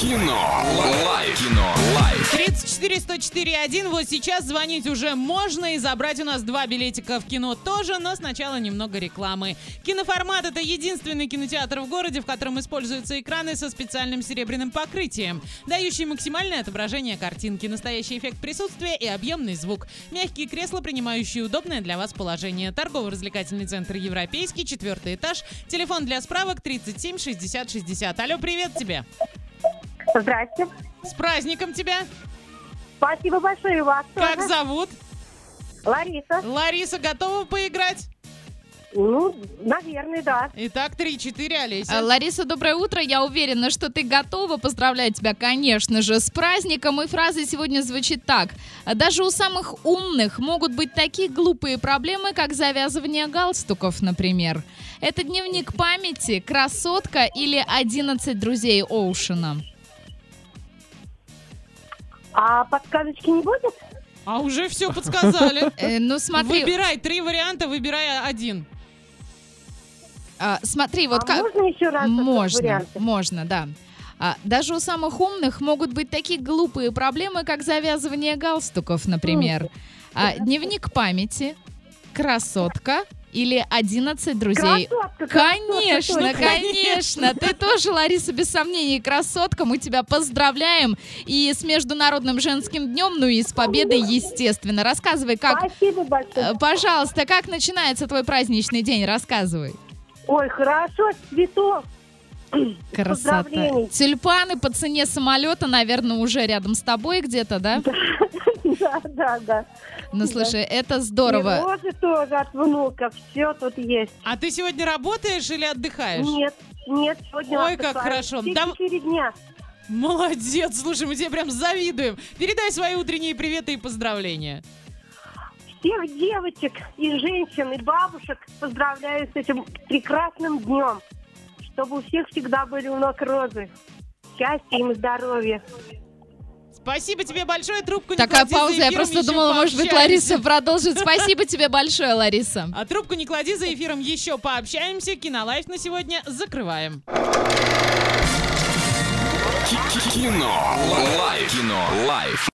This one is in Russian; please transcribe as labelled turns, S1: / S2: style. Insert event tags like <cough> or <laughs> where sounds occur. S1: Кино. Лайф. Кино. Лайф.
S2: 34 104 1. Вот сейчас звонить уже можно и забрать у нас два билетика в кино тоже, но сначала немного рекламы. Киноформат — это единственный кинотеатр в городе, в котором используются экраны со специальным серебряным покрытием, дающие максимальное отображение картинки, настоящий эффект присутствия и объемный звук. Мягкие кресла, принимающие удобное для вас положение. Торгово-развлекательный центр «Европейский», четвертый этаж. Телефон для справок 37 60 60. Алло, привет тебе!
S3: Здрасте.
S2: С праздником тебя!
S3: Спасибо большое и вас.
S2: Как
S3: тоже.
S2: зовут?
S3: Лариса.
S2: Лариса готова поиграть?
S3: Ну, наверное, да.
S2: Итак, 3-4, Олеся.
S4: А, Лариса, доброе утро. Я уверена, что ты готова. Поздравляю тебя, конечно же, с праздником. И фраза сегодня звучит так. Даже у самых умных могут быть такие глупые проблемы, как завязывание галстуков, например. Это дневник памяти, красотка или 11 друзей Оушена.
S3: А подсказочки не будет?
S2: А уже все подсказали.
S4: <laughs> Э, ну смотри,
S2: Выбирай три варианта, выбирай один.
S4: а, смотри, вот
S3: а
S4: как...
S3: можно еще раз? этот
S4: Можно,
S3: вариант?
S4: можно, да. А, даже у самых умных могут быть такие глупые проблемы, как завязывание галстуков, например. А, дневник памяти, красотка или 11 друзей.
S3: Красотка, красотка,
S4: Конечно,
S3: точно.
S4: конечно. Ты тоже, Лариса, без сомнений, красотка. Мы тебя поздравляем. И с Международным женским днем, ну и с победой, естественно. Рассказывай, как...
S3: Спасибо большое.
S4: э, Пожалуйста, как начинается твой праздничный день? Рассказывай.
S3: Ой, хорошо, цветов. <laughs>
S4: Красота.
S3: Поздравлений.
S4: Тюльпаны по цене самолета, наверное, уже рядом с тобой где-то, да?
S3: Да, да, да.
S4: Ну, слушай, это здорово.
S3: И розы тоже от внуков. Все тут есть.
S2: А ты сегодня работаешь или отдыхаешь?
S3: Нет, нет, сегодня...
S2: Ой,
S3: отдыхаю.
S2: как хорошо.
S3: Все
S2: Дав-
S3: четыре дня.
S2: Молодец, слушай, мы тебе прям завидуем. Передай свои утренние приветы и поздравления.
S3: Всех девочек и женщин, и бабушек поздравляю с этим прекрасным днем. Чтобы у всех всегда были у ног розы. Счастья им и здоровья.
S2: Спасибо тебе большое, трубку не
S4: Такая
S2: клади за
S4: пауза, я
S2: эфиром,
S4: просто
S2: еще
S4: думала, может быть,
S2: пообщаемся.
S4: Лариса продолжит. Спасибо тебе большое, Лариса.
S2: А трубку не клади за эфиром, еще пообщаемся. Кинолайф на сегодня закрываем.
S1: Кино. Лайф. Кино. Лайф.